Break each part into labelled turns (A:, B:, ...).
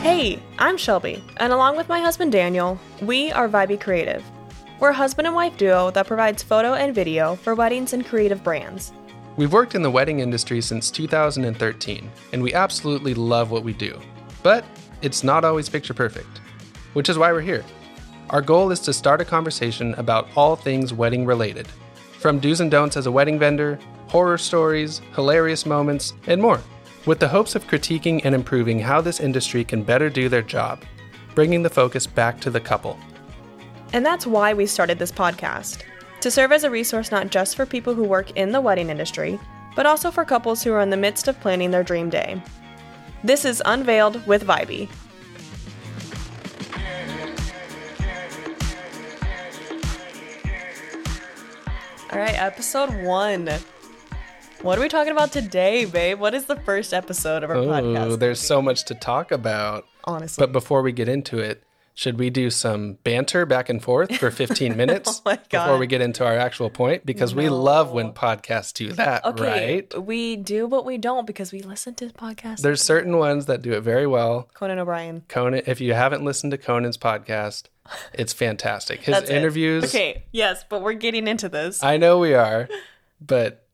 A: I'm Shelby, and along with my husband Daniel, we are Vibe Creative. We're a husband and wife duo that provides photo and video for weddings and creative brands.
B: We've worked in the wedding industry since 2013, and we absolutely love what we do. But it's not always picture perfect, which is why we're here. Our goal is to start a conversation about all things wedding related, from do's and don'ts as a wedding vendor, horror stories, hilarious moments, and more, with the hopes of critiquing and improving how this industry can better do their job, bringing the focus back to the couple.
A: And that's why we started this podcast to serve as a resource not just for people who work in the wedding industry, but also for couples who are in the midst of planning their dream day. This is Unveiled with Vibe. All right, episode one. What are we talking about today, babe? What is the first episode of our
B: Oh,
A: podcast?
B: there's so much to talk about.
A: Honestly.
B: But before we get into it, should we do some banter back and forth for 15 minutes
A: Oh my
B: before
A: God.
B: we get into our actual point? Because we love when podcasts do that,
A: okay,
B: right?
A: we do, but we don't because we listen to podcasts.
B: There's certain ones that do it very well.
A: Conan O'Brien.
B: Conan, if you haven't listened to Conan's podcast, it's fantastic. His
A: That's it.
B: interviews,
A: Okay, yes, but we're getting into this.
B: I know we are, but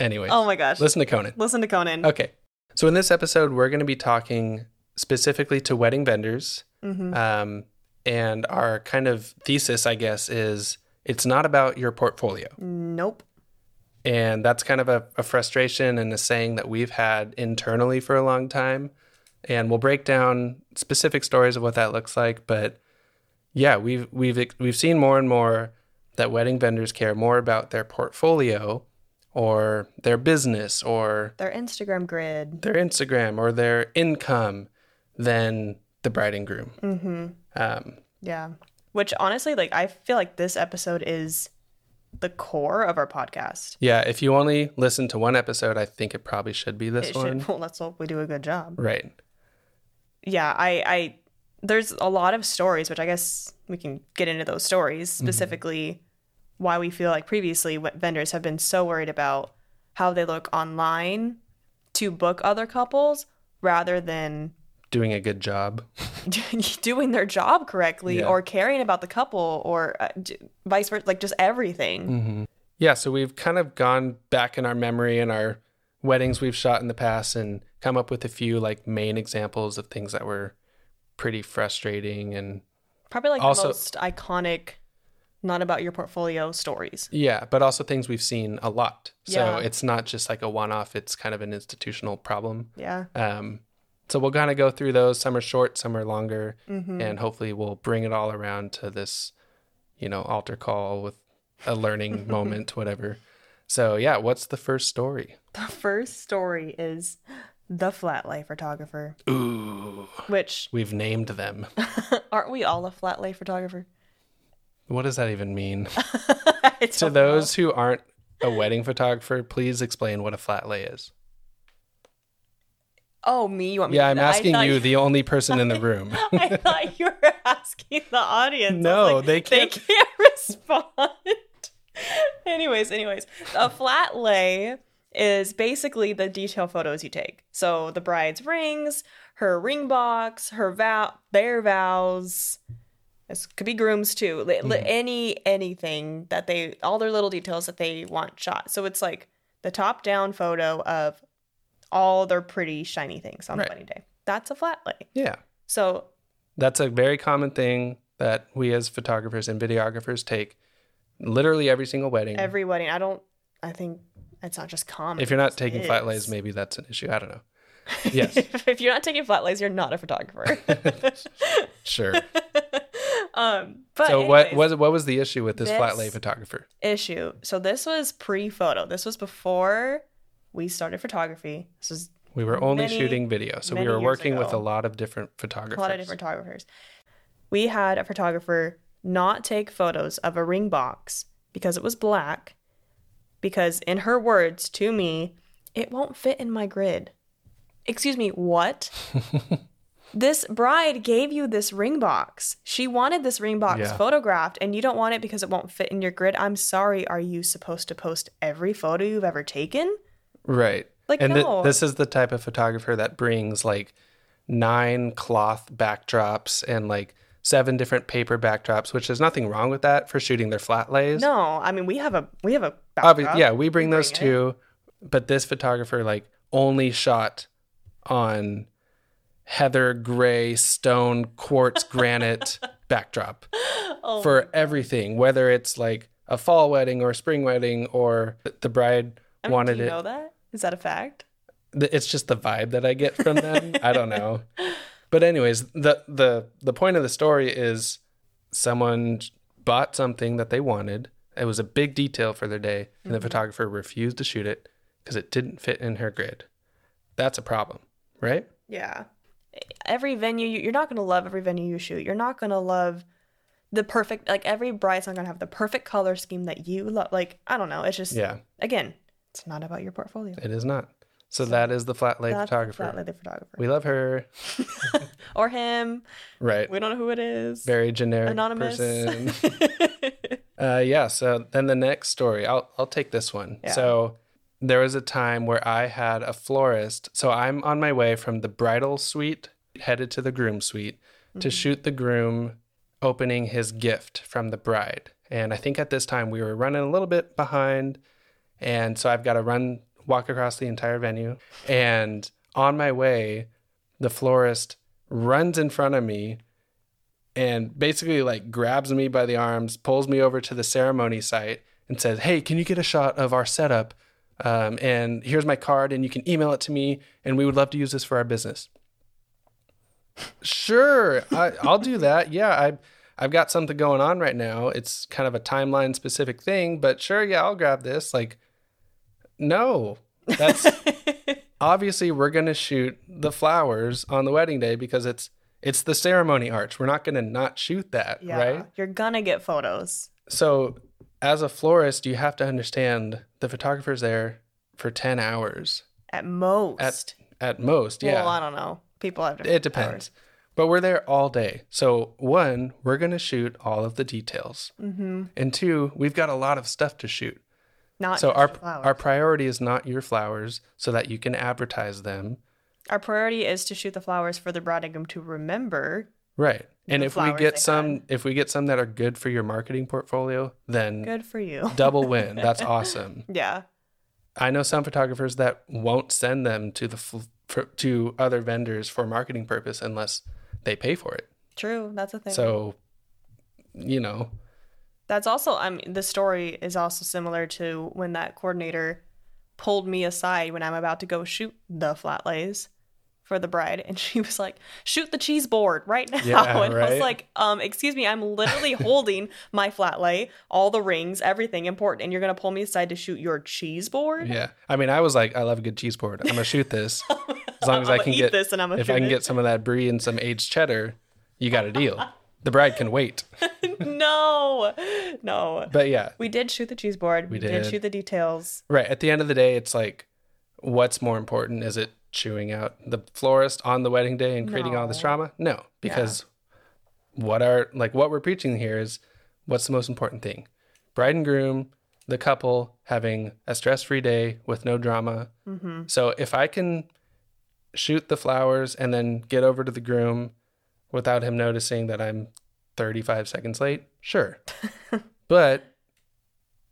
B: anyway,
A: oh my gosh. Listen,
B: listen Uh, to Conan.
A: to Conan.
B: Okay. So in this episode, we're going to be talking specifically to wedding vendors. Um, and our kind of thesis, I guess, is it's not about your portfolio.
A: Mm. Nope.
B: And that's kind of a, a frustration and a saying that we've had internally for a long time. And we'll break down specific stories of what that looks like. But yeah, we've we've ex- we've seen more and more that wedding vendors care more about their portfolio or their business or
A: Their Instagram grid.
B: their Instagram or their income than the bride and groom.
A: Mm.
B: Um,
A: Yeah. Which honestly, like, I feel like this episode is the core of our podcast.
B: yeah, if you only listen to one episode, I think it probably should be this
A: It
B: one.
A: should, well, let's hope we do a good job.
B: Right.
A: Yeah, I, I, there's a lot of stories, which I guess we can get into those stories
B: Mm-hmm.
A: specifically why we feel like previously what vendors have been so worried about how they look online to book other couples rather than
B: Doing a good job.
A: doing their job correctly
B: Yeah.
A: or caring about the couple or uh, d- vice versa, like just everything.
B: Mm. Yeah, so we've kind of gone back in our memory and our weddings we've shot in the past and come up with a few like main examples of things that were pretty frustrating and
A: Probably like
B: Also-
A: the most iconic, not about your portfolio stories.
B: yeah, but also things we've seen a lot. So
A: Yeah.
B: it's not just like a one off, it's kind of an institutional problem.
A: Yeah.
B: Um, so we'll kind of go through those. Some are short, some are longer,
A: Mm-hmm.
B: and hopefully we'll bring it all around to this, you know, altar call with a learning moment, whatever. So yeah, what's the first story?
A: The first story is the flatlay photographer,
B: Ooh,
A: which
B: we've named them.
A: aren't we all a flatlay photographer?
B: What does that even mean?
A: I
B: to
A: don't
B: those who aren't a wedding photographer, please explain what a flat lay is.
A: know. Oh, me? You want me?
B: Yeah,
A: to
B: I'm
A: do that? I
B: asking
A: thought
B: you, the only person in the room.
A: I thought you were asking the audience. I was
B: No,
A: like,
B: they
A: They can't respond. anyways, anyways, a flat lay is basically the detail photos you take. So the bride's rings, her ring box, her vow, their vows. This could be grooms too. Li-
B: Mm-hmm.
A: li- Any anything that they, all their little details that they want shot. So it's like the top down photo of all their pretty shiny things on
B: Right.
A: the wedding day. That's a flat lay.
B: yeah,
A: So
B: That's a very common thing that we as photographers and videographers take literally every single wedding.
A: every wedding, I don't. I think it's not just common.
B: if you're not
A: it
B: taking flat
A: is.
B: lays, maybe that's an issue. I don't know. Yes,
A: if you're not taking flat lays, you're not a photographer.
B: sure.
A: um, but
B: So what
A: anyways,
B: was what was the issue with this, flat lay
A: This-
B: photographer?
A: issue? So this was pre-photo. This was before we started photography. This was
B: We were only
A: many-
B: shooting video, so we
A: many
B: were
A: years
B: working with a
A: ago.
B: lot of different photographers.
A: a lot of different photographers. We had a photographer not take photos of a ring box because it was black, because in her words to me, it won't fit in my grid. Excuse me, what? this bride gave you this ring box. She wanted this ring box
B: Yeah.
A: photographed, and you don't want it because it won't fit in your grid. I'm sorry, are you supposed to post every photo you've ever taken?
B: Right.
A: Like,
B: and thi-
A: no.
B: this is the type of photographer that brings like nine cloth backdrops and like seven different paper backdrops, which there's nothing wrong with that for shooting their flat lays.
A: No, I mean we have a we have a
B: Obvi-
A: backdrop.
B: yeah, we bring those
A: bring it.
B: two, but this photographer like only shot on heather gray stone quartz granite backdrop
A: Oh,
B: for everything, whether it's like a fall wedding or a spring wedding or th- the bride
A: I mean,
B: wanted
A: do you
B: it.
A: know that? Is that a fact?
B: Th- It's just the vibe that I get from them. I don't know. But anyways, the the the point of the story is someone bought something that they wanted. It was a big detail for their day, and the photographer refused to shoot it because it didn't fit in her grid. That's a problem, right?
A: Yeah. Every venue, you- you're not going to love every venue you shoot. You're not going to love the perfect, like, every bride's not going to have the perfect color scheme that you love. Like, I don't know. It's just,
B: Yeah,
A: again, it's not about your portfolio.
B: it is not. So that is the flat lay
A: That's
B: photographer.
A: Flat leather photographer.
B: We love her.
A: or him.
B: Right.
A: We don't know who it is.
B: Very generic
A: Anonymous.
B: person. Uh, yeah. So then the next story, I'll I'll take this one.
A: Yeah.
B: So there was a time where I had a florist. So I'm on my way from the bridal suite headed to the groom suite to shoot the groom opening his gift from the bride. And I think at this time we were running a little bit behind, and so I've got to run walk across the entire venue. And on my way, the florist runs in front of me and basically like grabs me by the arms, pulls me over to the ceremony site, and says, "Hey, can you get a shot of our setup? Um, and here's my card, and you can email it to me, and we would love to use this for our business." Sure, I, I'll do that. Yeah, I, I've got something going on right now. It's kind of a timeline specific thing, but sure, yeah, I'll grab this. Like, no, that's obviously we're going to shoot the flowers on the wedding day because it's it's the ceremony arch. We're not going to not shoot that,
A: yeah.
B: right?
A: You're going to get photos.
B: So, as a florist, you have to understand the photographer's there for 10 hours
A: At most.
B: At- at most. Yeah.
A: Well, I don't know. People have different
B: it depends. But we're there all day. So, one, we're going to shoot all of the details.
A: Mm-hmm.
B: And two, we've got a lot of stuff to shoot.
A: Not
B: so,
A: just
B: our
A: the flowers.
B: our priority is not your flowers so that you can advertise them.
A: Our priority is to shoot the flowers for the bride and groom to remember.
B: Right. And
A: The
B: if we
A: flowers
B: get
A: they
B: some
A: had.
B: if we get some that are good for your marketing portfolio, then
A: Good for you.
B: double win. That's awesome.
A: Yeah.
B: I know some photographers that won't send them to the fl- for, to other vendors for marketing purpose unless they pay for it.
A: True. That's a thing.
B: So, you know,
A: That's also, I mean, the story is also similar to when that coordinator pulled me aside when I'm about to go shoot the flat lays for the bride. And she was like, shoot the cheese board right now.
B: Yeah,
A: and I
B: right?
A: was like, um, excuse me, I'm literally holding my flat lay, all the rings, everything important. And you're going to pull me aside to shoot your cheese board?
B: yeah. I mean, I was like, I love a good cheese board. I'm gonna shoot this as long as I
A: I'm going
B: can
A: to eat
B: get
A: this and I'm going to
B: if
A: shoot
B: I can
A: it.
B: get some of that brie and some aged cheddar. You got a deal. the bride can wait.
A: no, no.
B: But yeah,
A: We did shoot the cheese board. We, did
B: did.
A: shoot the details.
B: Right. At the end of the day, it's like, what's more important? Is it chewing out the florist on the wedding day and creating all this
A: No.
B: drama? No, because what are like what we're preaching here is what's the most important thing? Bride and groom, the couple having a stress-free day with no drama.
A: hmm
B: So if I can shoot the flowers and then get over to the groom without him noticing that I'm 35 seconds late, sure. but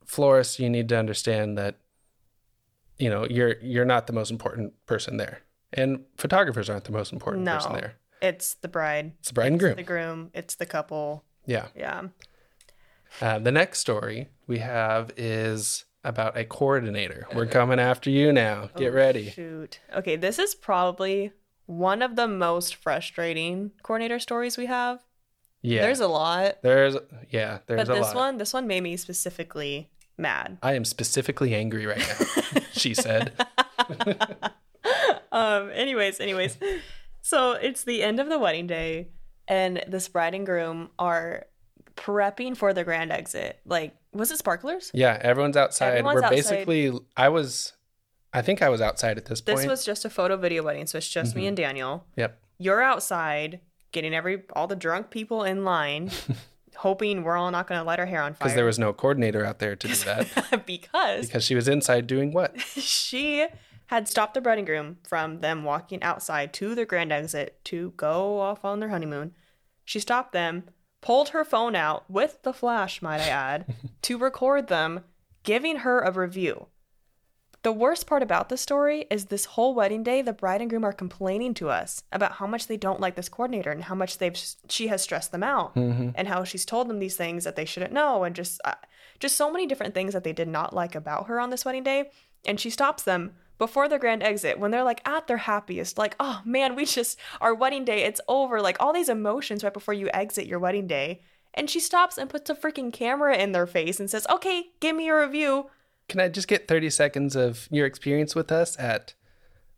B: florists, you need to understand that you know, you're you're not the most important person there. And photographers aren't the most important
A: No.
B: person there.
A: It's the bride,
B: It's the bride and groom.
A: the groom, it's the couple.
B: Yeah.
A: Yeah.
B: Uh, the next story we have is about a coordinator. We're coming after you now. Get
A: Oh,
B: ready.
A: Shoot. Okay, this is probably one of the most frustrating coordinator stories we have.
B: Yeah.
A: There's a lot,
B: There's yeah, there's
A: but
B: a
A: this
B: lot.
A: one, this one made me specifically mad.
B: I am specifically angry right now, she said.
A: um anyways, anyways. so, it's the end of the wedding day and this bride and groom are prepping for the grand exit. Like, was it sparklers?
B: Yeah, everyone's outside.
A: Everyone's
B: We're
A: outside.
B: basically, I was, I think I was outside at this point. Mm-hmm.
A: This was just a photo video wedding, so it's just me and Daniel.
B: Yep.
A: You're outside getting every all the drunk people in line, hoping we're all not going to light our hair on fire.
B: Because there was no coordinator out there to do that.
A: because
B: because she was inside doing what?
A: she had stopped the bride and groom from them walking outside to their grand exit to go off on their honeymoon. She stopped them, pulled her phone out with the flash, might I add, to record them giving her a review. The worst part about this story is this whole wedding day, the bride and groom are complaining to us about how much they don't like this coordinator and how much they've she has stressed them out
B: Mm-hmm.
A: and how she's told them these things that they shouldn't know and just uh, just so many different things that they did not like about her on this wedding day and she stops them before their grand exit when they're like at their happiest like oh man we just our wedding day it's over like all these emotions right before you exit your wedding day and she stops and puts a freaking camera in their face and says okay give me a review
B: Can I just get 30 seconds of your experience with us at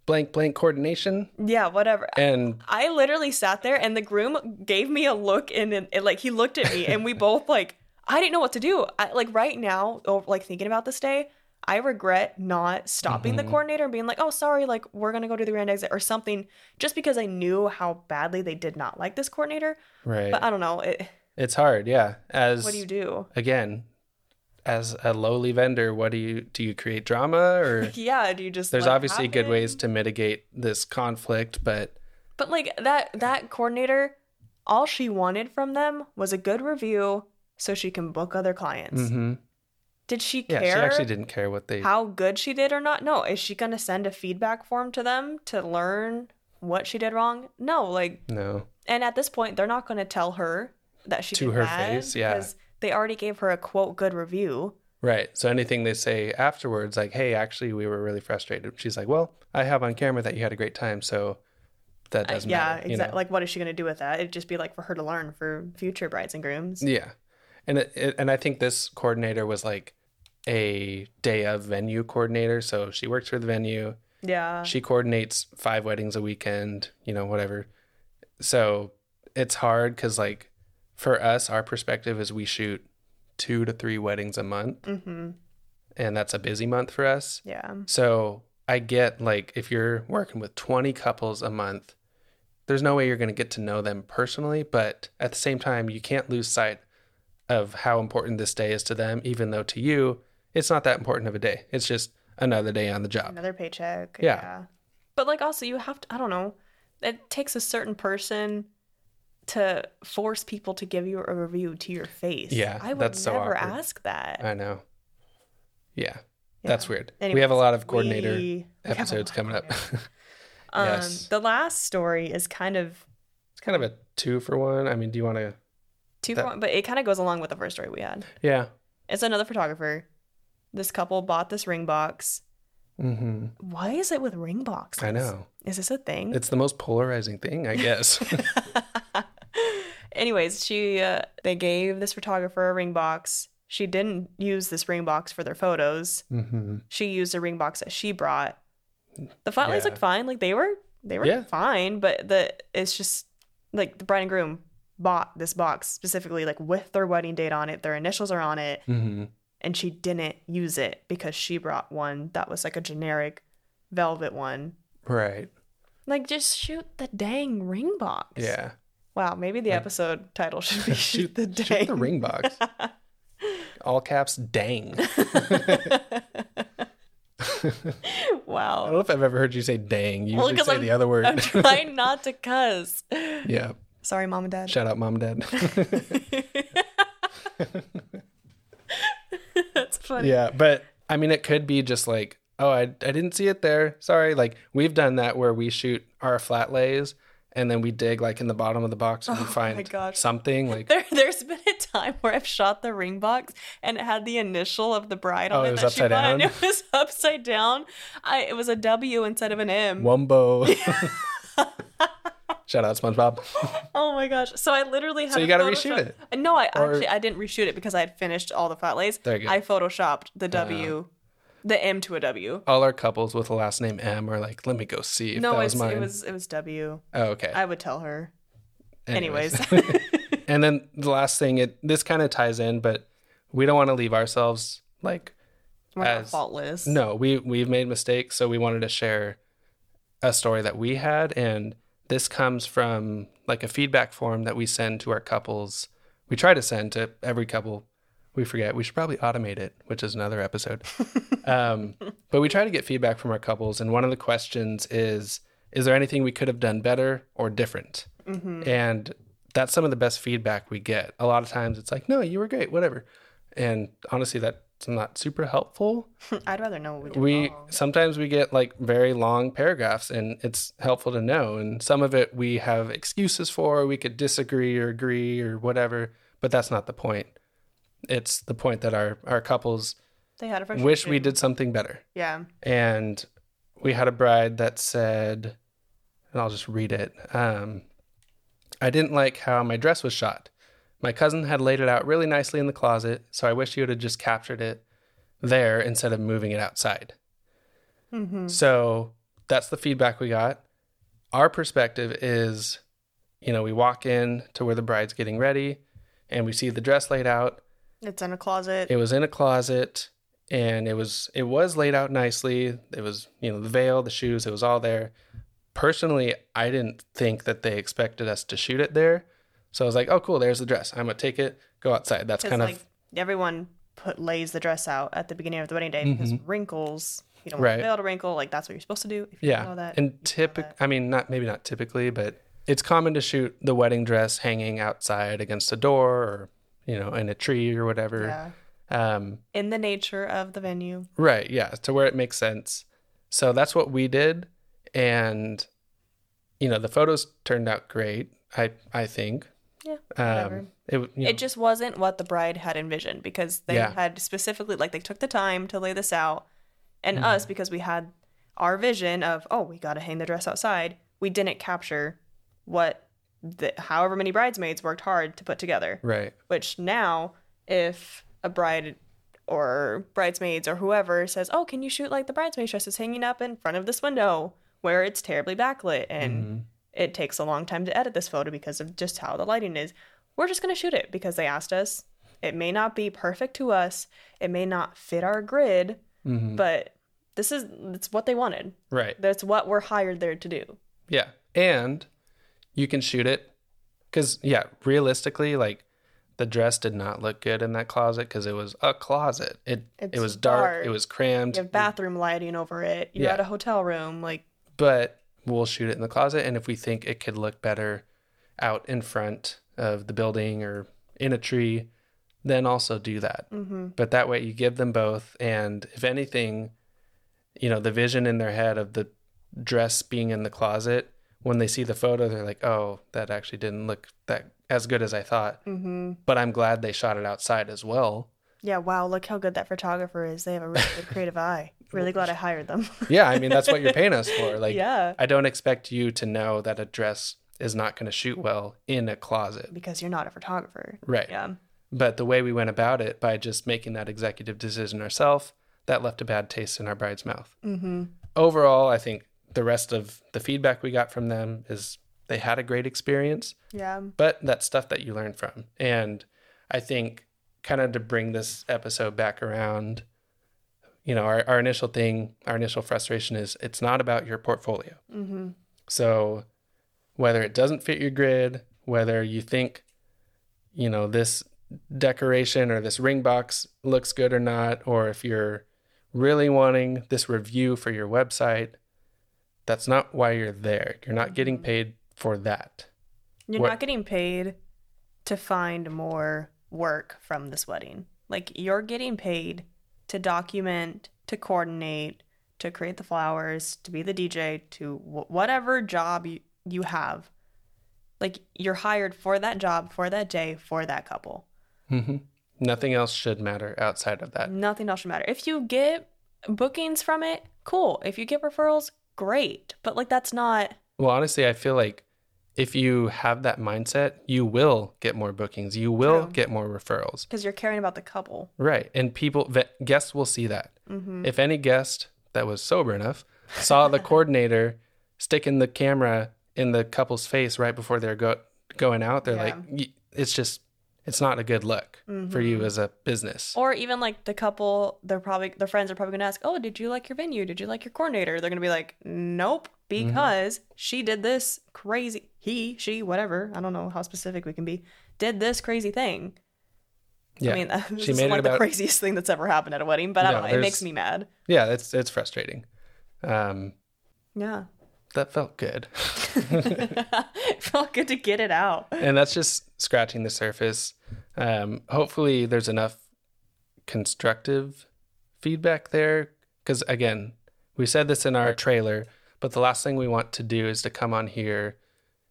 B: blank blank coordination?
A: yeah whatever
B: And
A: I literally sat there and the groom gave me a look and, and, and, like he looked at me and we both like I didn't know what to do. I, like right now, over, like thinking about this day, I regret not stopping
B: Mm-hmm.
A: the coordinator and being like, "Oh, sorry, like we're going to go to the grand exit or something," just because I knew how badly they did not like this coordinator.
B: right.
A: But I don't know. It,
B: it's hard, yeah. As
A: what do you do?
B: again, as a lowly vendor, what do you do you create drama or
A: Yeah, do you just
B: there's
A: let it
B: obviously good
A: happen?
B: ways to mitigate this conflict, but
A: But like that that coordinator, all she wanted from them was a good review so she can book other clients.
B: mhm.
A: Did she
B: yeah,
A: care?
B: she actually didn't care what they
A: how good she did or not no is she going to send a feedback form to them to learn what she did wrong no like
B: no.
A: and at this point they're not going to tell her that she
B: To
A: did
B: her
A: bad
B: face, yeah.
A: because they already gave her a quote good review
B: Right. So anything they say afterwards, like, hey, actually, we were really frustrated. She's like, well, I have on camera that you had a great time. So that
A: Uh,
B: doesn't
A: yeah
B: matter.
A: exactly
B: you know?
A: like what is she going to do with that it'd just be like for her to learn for future brides and grooms
B: Yeah. And it, it, and I think this coordinator was like a day of venue coordinator. So she works for the venue.
A: yeah
B: She coordinates five weddings a weekend, you know, whatever. So it's hard because, like, for us, our perspective is we shoot two to three weddings a month,
A: mm-hmm
B: and that's a busy month for us.
A: yeah
B: So I get like if you're working with 20 couples a month, there's no way you're going to get to know them personally, but at the same time, you can't lose sight of how important this day is to them, even though to you, it's not that important of a day. It's just another day on the job.
A: another paycheck
B: Uh, Yeah.
A: but like also you have to i don't know it takes a certain person to force people to give you a review to your face
B: Yeah,
A: i would
B: that's so
A: never
B: awkward.
A: ask that
B: I know. Yeah, that's
A: Yeah.
B: weird. we
A: Anyways,
B: have a lot of coordinator
A: we- we have a
B: episodes
A: lot.
B: coming up.
A: Um,
B: Yes.
A: The last story is kind of
B: it's kind of a two for one. I mean, do you want to?
A: two,
B: That-
A: for one, but it kind of goes along with the first story we had.
B: Yeah.
A: It's another photographer. This couple bought this ring box.
B: hmm
A: Why is it with ring boxes?
B: I know.
A: Is this a thing?
B: It's the most polarizing thing, I guess.
A: Anyways, she uh, they gave this photographer a ring box. She didn't use this ring box for their photos.
B: hmm
A: She used a ring box that she brought. The flatlays
B: Yeah.
A: looked fine. Like they were they were
B: Yeah.
A: fine, but the it's just like the bride and groom bought this box specifically like with their wedding date on it, their initials are on it,
B: hmm
A: and she didn't use it because she brought one that was like a generic velvet one.
B: Right.
A: Like just shoot the dang ring box.
B: Yeah.
A: Wow, maybe the
B: Like-
A: episode title should be
B: Shoot-
A: Shoot the Dang.
B: Shoot the ring box. All caps, dang. I don't
A: wow.
B: know if I've ever heard you say dang. You
A: Well,
B: usually
A: 'cause
B: say
A: I'm-
B: the other word.
A: I'm trying not to cuss.
B: yeah.
A: Sorry, mom and dad.
B: Shout out, mom, dad.
A: That's funny.
B: yeah. But I mean, it could be just like, oh, I, I didn't see it there. Sorry. Like, we've done that where we shoot our flat lays and then we dig like in the bottom of the box and we find
A: Oh gosh.
B: something. Like,
A: There, there's been a time where I've shot the ring box and it had the initial of the bride
B: Oh,
A: on
B: it
A: it,
B: was
A: that she
B: upside
A: bought, and
B: down?
A: it was upside down. I, it was a W instead of an M.
B: wumbo. Shout out, SpongeBob.
A: Oh my gosh! So I literally had
B: So you
A: got to
B: gotta reshoot it.
A: No, I
B: Or-
A: actually I didn't reshoot it because I had finished all the flat lays.
B: There you go.
A: I photoshopped the W, the M to a W.
B: All our couples with the last name M are like, let me go see if
A: no,
B: that
A: it's,
B: was mine.
A: it was it was W.
B: oh, okay.
A: I would tell her.
B: Anyways.
A: Anyways,
B: And then the last thing, it this kind of ties in, but we don't want to leave ourselves like
A: we're not
B: As-
A: faultless.
B: no, we we've made mistakes, so we wanted to share a story that we had, and this comes from like a feedback form that we send to our couples. We try to send to every couple we forget. We should probably automate it, which is another episode. um, but we try to get feedback from our couples, and one of the questions is: Is there anything we could have done better or different? And that's some of the best feedback we get. A lot of times, it's like, "No, you were great, whatever." And honestly, that's not super helpful.
A: I'd rather know what we did.
B: We
A: wrong.
B: sometimes we get like very long paragraphs, and it's helpful to know. And some of it we have excuses for. We could disagree or agree or whatever, but that's not the point. It's the point that our our couples
A: they had a frustration.
B: wish we did something better.
A: Yeah.
B: And we had a bride that said, and I'll just read it. Um, I didn't like how my dress was shot. My cousin had laid it out really nicely in the closet, so I wish you would have just captured it there instead of moving it outside.
A: Mm-hmm.
B: So that's the feedback we got. Our perspective is, you know, we walk in to where the bride's getting ready and we see the dress laid out
A: It's in a closet.
B: it was in a closet and it was it was laid out nicely it was you know the veil the shoes it was all there personally i didn't think that they expected us to shoot it there so i was like oh cool there's the dress i'm gonna take it go outside that's
A: Because
B: kind
A: like
B: of
A: everyone put lays the dress out at the beginning of the wedding day because wrinkles. You don't want
B: Mm-hmm. Right.
A: the veil to wrinkle. Like that's what you're supposed to do. If you
B: yeah
A: Know that.
B: and typic i mean not maybe not typically but it's common to shoot the wedding dress hanging outside against a door or you know in a tree or whatever
A: yeah.
B: um
A: In the nature of the venue.
B: Right, yeah, to where it makes sense. So that's what we did and you know, the photos turned out great, I I think.
A: Yeah. whatever.
B: Um it, w- you know,
A: It just wasn't what the bride had envisioned because they
B: Yeah.
A: had specifically like they took the time to lay this out, and us because we had our vision of oh we got to hang the dress outside. We didn't capture what the however many bridesmaids worked hard to put together.
B: right.
A: Which now if a bride or bridesmaids or whoever says oh can you shoot like the bridesmaid dress is hanging up in front of this window where it's terribly backlit and
B: Mhm.
A: it takes a long time to edit this photo because of just how the lighting is. We're just going to shoot it because they asked us. It may not be perfect to us. It may not fit our grid,
B: Mhm.
A: but this is it's what they wanted.
B: Right.
A: That's what we're hired there to do.
B: Yeah. And you can shoot it cuz yeah, realistically like the dress did not look good in that closet cuz it was a closet. It
A: It's
B: it was dark,
A: dark.
B: it was crammed.
A: You have bathroom lighting over it. You're
B: Yeah.
A: at a hotel room like
B: but we'll shoot it in the closet. And if we think it could look better out in front of the building or in a tree, then also do that.
A: mhm.
B: But that way you give them both. And if anything, you know, the vision in their head of the dress being in the closet, when they see the photo, they're like, oh, that actually didn't look that as good as I thought.
A: Mhm.
B: But I'm glad they shot it outside as well.
A: Yeah, wow, look how good that photographer is. They have a really good creative eye. Really glad I hired them.
B: Yeah. I mean, that's what you're paying us for. Like,
A: yeah,
B: I don't expect you to know that a dress is not going to shoot well in a closet.
A: because you're not a photographer.
B: Right.
A: Yeah.
B: But the way we went about it by just making that executive decision ourselves, that left a bad taste in our bride's mouth.
A: Mhm.
B: Overall, I think the rest of the feedback we got from them is they had a great experience,
A: Yeah.
B: but that's stuff that you learn from. And I think, kind of to bring this episode back around, you know, our, our initial thing, our initial frustration is it's not about your portfolio.
A: Mhm.
B: So whether it doesn't fit your grid, whether you think, you know, this decoration or this ring box looks good or not, or if you're really wanting this review for your website, that's not why you're there. You're not getting paid for that.
A: You're
B: What-
A: not getting paid to find more work from this wedding. Like you're getting paid to document, to coordinate, to create the flowers, to be the DJ, to wh- whatever job you, you have. Like you're hired for that job, for that day, for that couple.
B: Nothing else should matter outside of that.
A: Nothing else should matter. If you get bookings from it, cool. If you get referrals, great. But like that's not
B: Well, honestly, I feel like if you have that mindset, you will get more bookings, you will
A: True.
B: get more referrals.
A: because you're caring about the couple.
B: Right. And people, ve- guests will see that.
A: Mm-hmm.
B: If any guest that was sober enough saw the coordinator sticking the camera in the couple's face right before they're go- going out, they're
A: Yeah. Mm-hmm.
B: like, "Y- it's just, it's not a good look for you as a business.
A: Or even like the couple, they're probably their friends are probably gonna ask, "Oh, did you like your venue? Did you like your coordinator?" They're gonna be like, "Nope,"
B: Mm-hmm.
A: because she did this crazy. He, she, whatever. I don't know how specific we can be. Did this crazy thing,
B: Yeah.
A: I mean, that's
B: She made it
A: like the
B: about-
A: craziest thing that's ever happened at a wedding, but I
B: No,
A: don't know. It
B: there's-
A: makes me mad.
B: yeah, it's it's frustrating. Um,
A: Yeah.
B: that felt good.
A: it felt good to get it out.
B: and that's just scratching the surface. Um, hopefully, there's enough constructive feedback there. Because again, we said this in our trailer, but the last thing we want to do is to come on here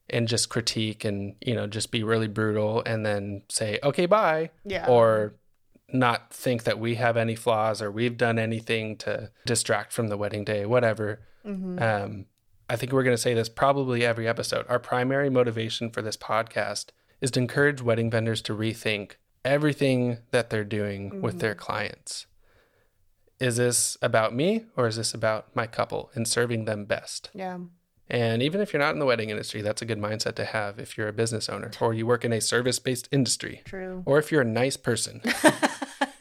B: and just critique and you know just be really brutal and then say okay bye
A: Yeah.
B: or not think that we have any flaws or we've done anything to distract from the wedding day whatever
A: Mhm.
B: um, I think we're going to say this probably every episode. Our primary motivation for this podcast is to encourage wedding vendors to rethink everything that they're doing with their clients. Is this about me or is this about my couple and serving them best?
A: Yeah.
B: And even if you're not in the wedding industry, that's a good mindset to have if you're a business owner or you work in a service based industry
A: True.
B: or if you're a nice person.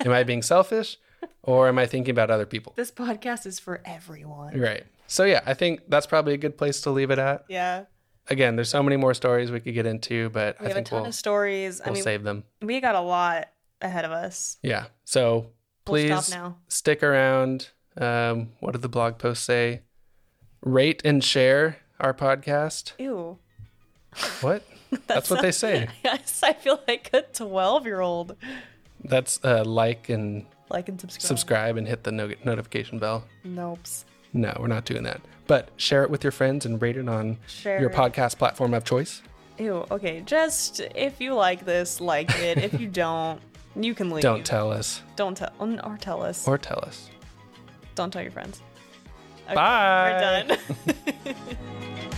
B: am I being selfish or am I thinking about other people?
A: This podcast is for everyone.
B: Right. So, yeah, I think that's probably a good place to leave it at.
A: Yeah.
B: again, there's so many more stories we could get into, but
A: We
B: I
A: have a
B: think
A: ton
B: we'll,
A: of stories. I
B: we'll
A: mean,
B: save them.
A: we got a lot ahead of us.
B: Yeah. So
A: We'll
B: please
A: stop now.
B: stick around. Um, what did the blog post say? Rate and share our podcast.
A: Ew.
B: What? That's what they say.
A: Yes, I feel like a 12 year old.
B: That's uh, like and
A: Like and subscribe.
B: subscribe and hit the no- notification bell.
A: Nope.
B: No, we're not doing that. But share it with your friends and rate it on
A: Share.
B: your podcast platform of choice.
A: Ew. Okay. Just if you like this, like it. if you don't, you can leave.
B: Don't tell us
A: Don't tell. Or tell us.
B: or tell us.
A: don't tell your friends.
B: Bye.
A: We're done.